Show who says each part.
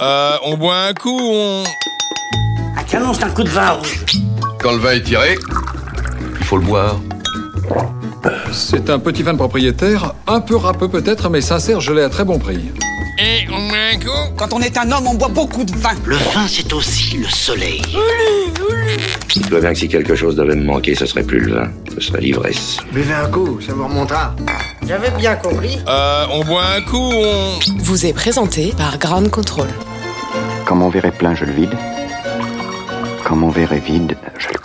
Speaker 1: Euh, on boit un coup, on...
Speaker 2: Un canon, c'est un coup de vin rouge.
Speaker 3: Quand le vin est tiré, il faut le boire.
Speaker 4: C'est un petit fan propriétaire, un peu râpeux peut-être, mais sincère, je l'ai à très bon prix.
Speaker 1: Et on boit un coup
Speaker 5: Quand on est un homme, on boit beaucoup de vin.
Speaker 2: Le vin, c'est aussi le soleil.
Speaker 6: Tu vois bien que si quelque chose devait me manquer, ce serait plus le vin, ce serait l'ivresse.
Speaker 7: Buvez un coup, ça vous remontera.
Speaker 8: J'avais bien compris.
Speaker 1: Euh, on boit un coup, on...
Speaker 9: vous est présenté par Ground Control.
Speaker 10: Quand mon verre est plein, je le vide. Quand mon verre est vide, je le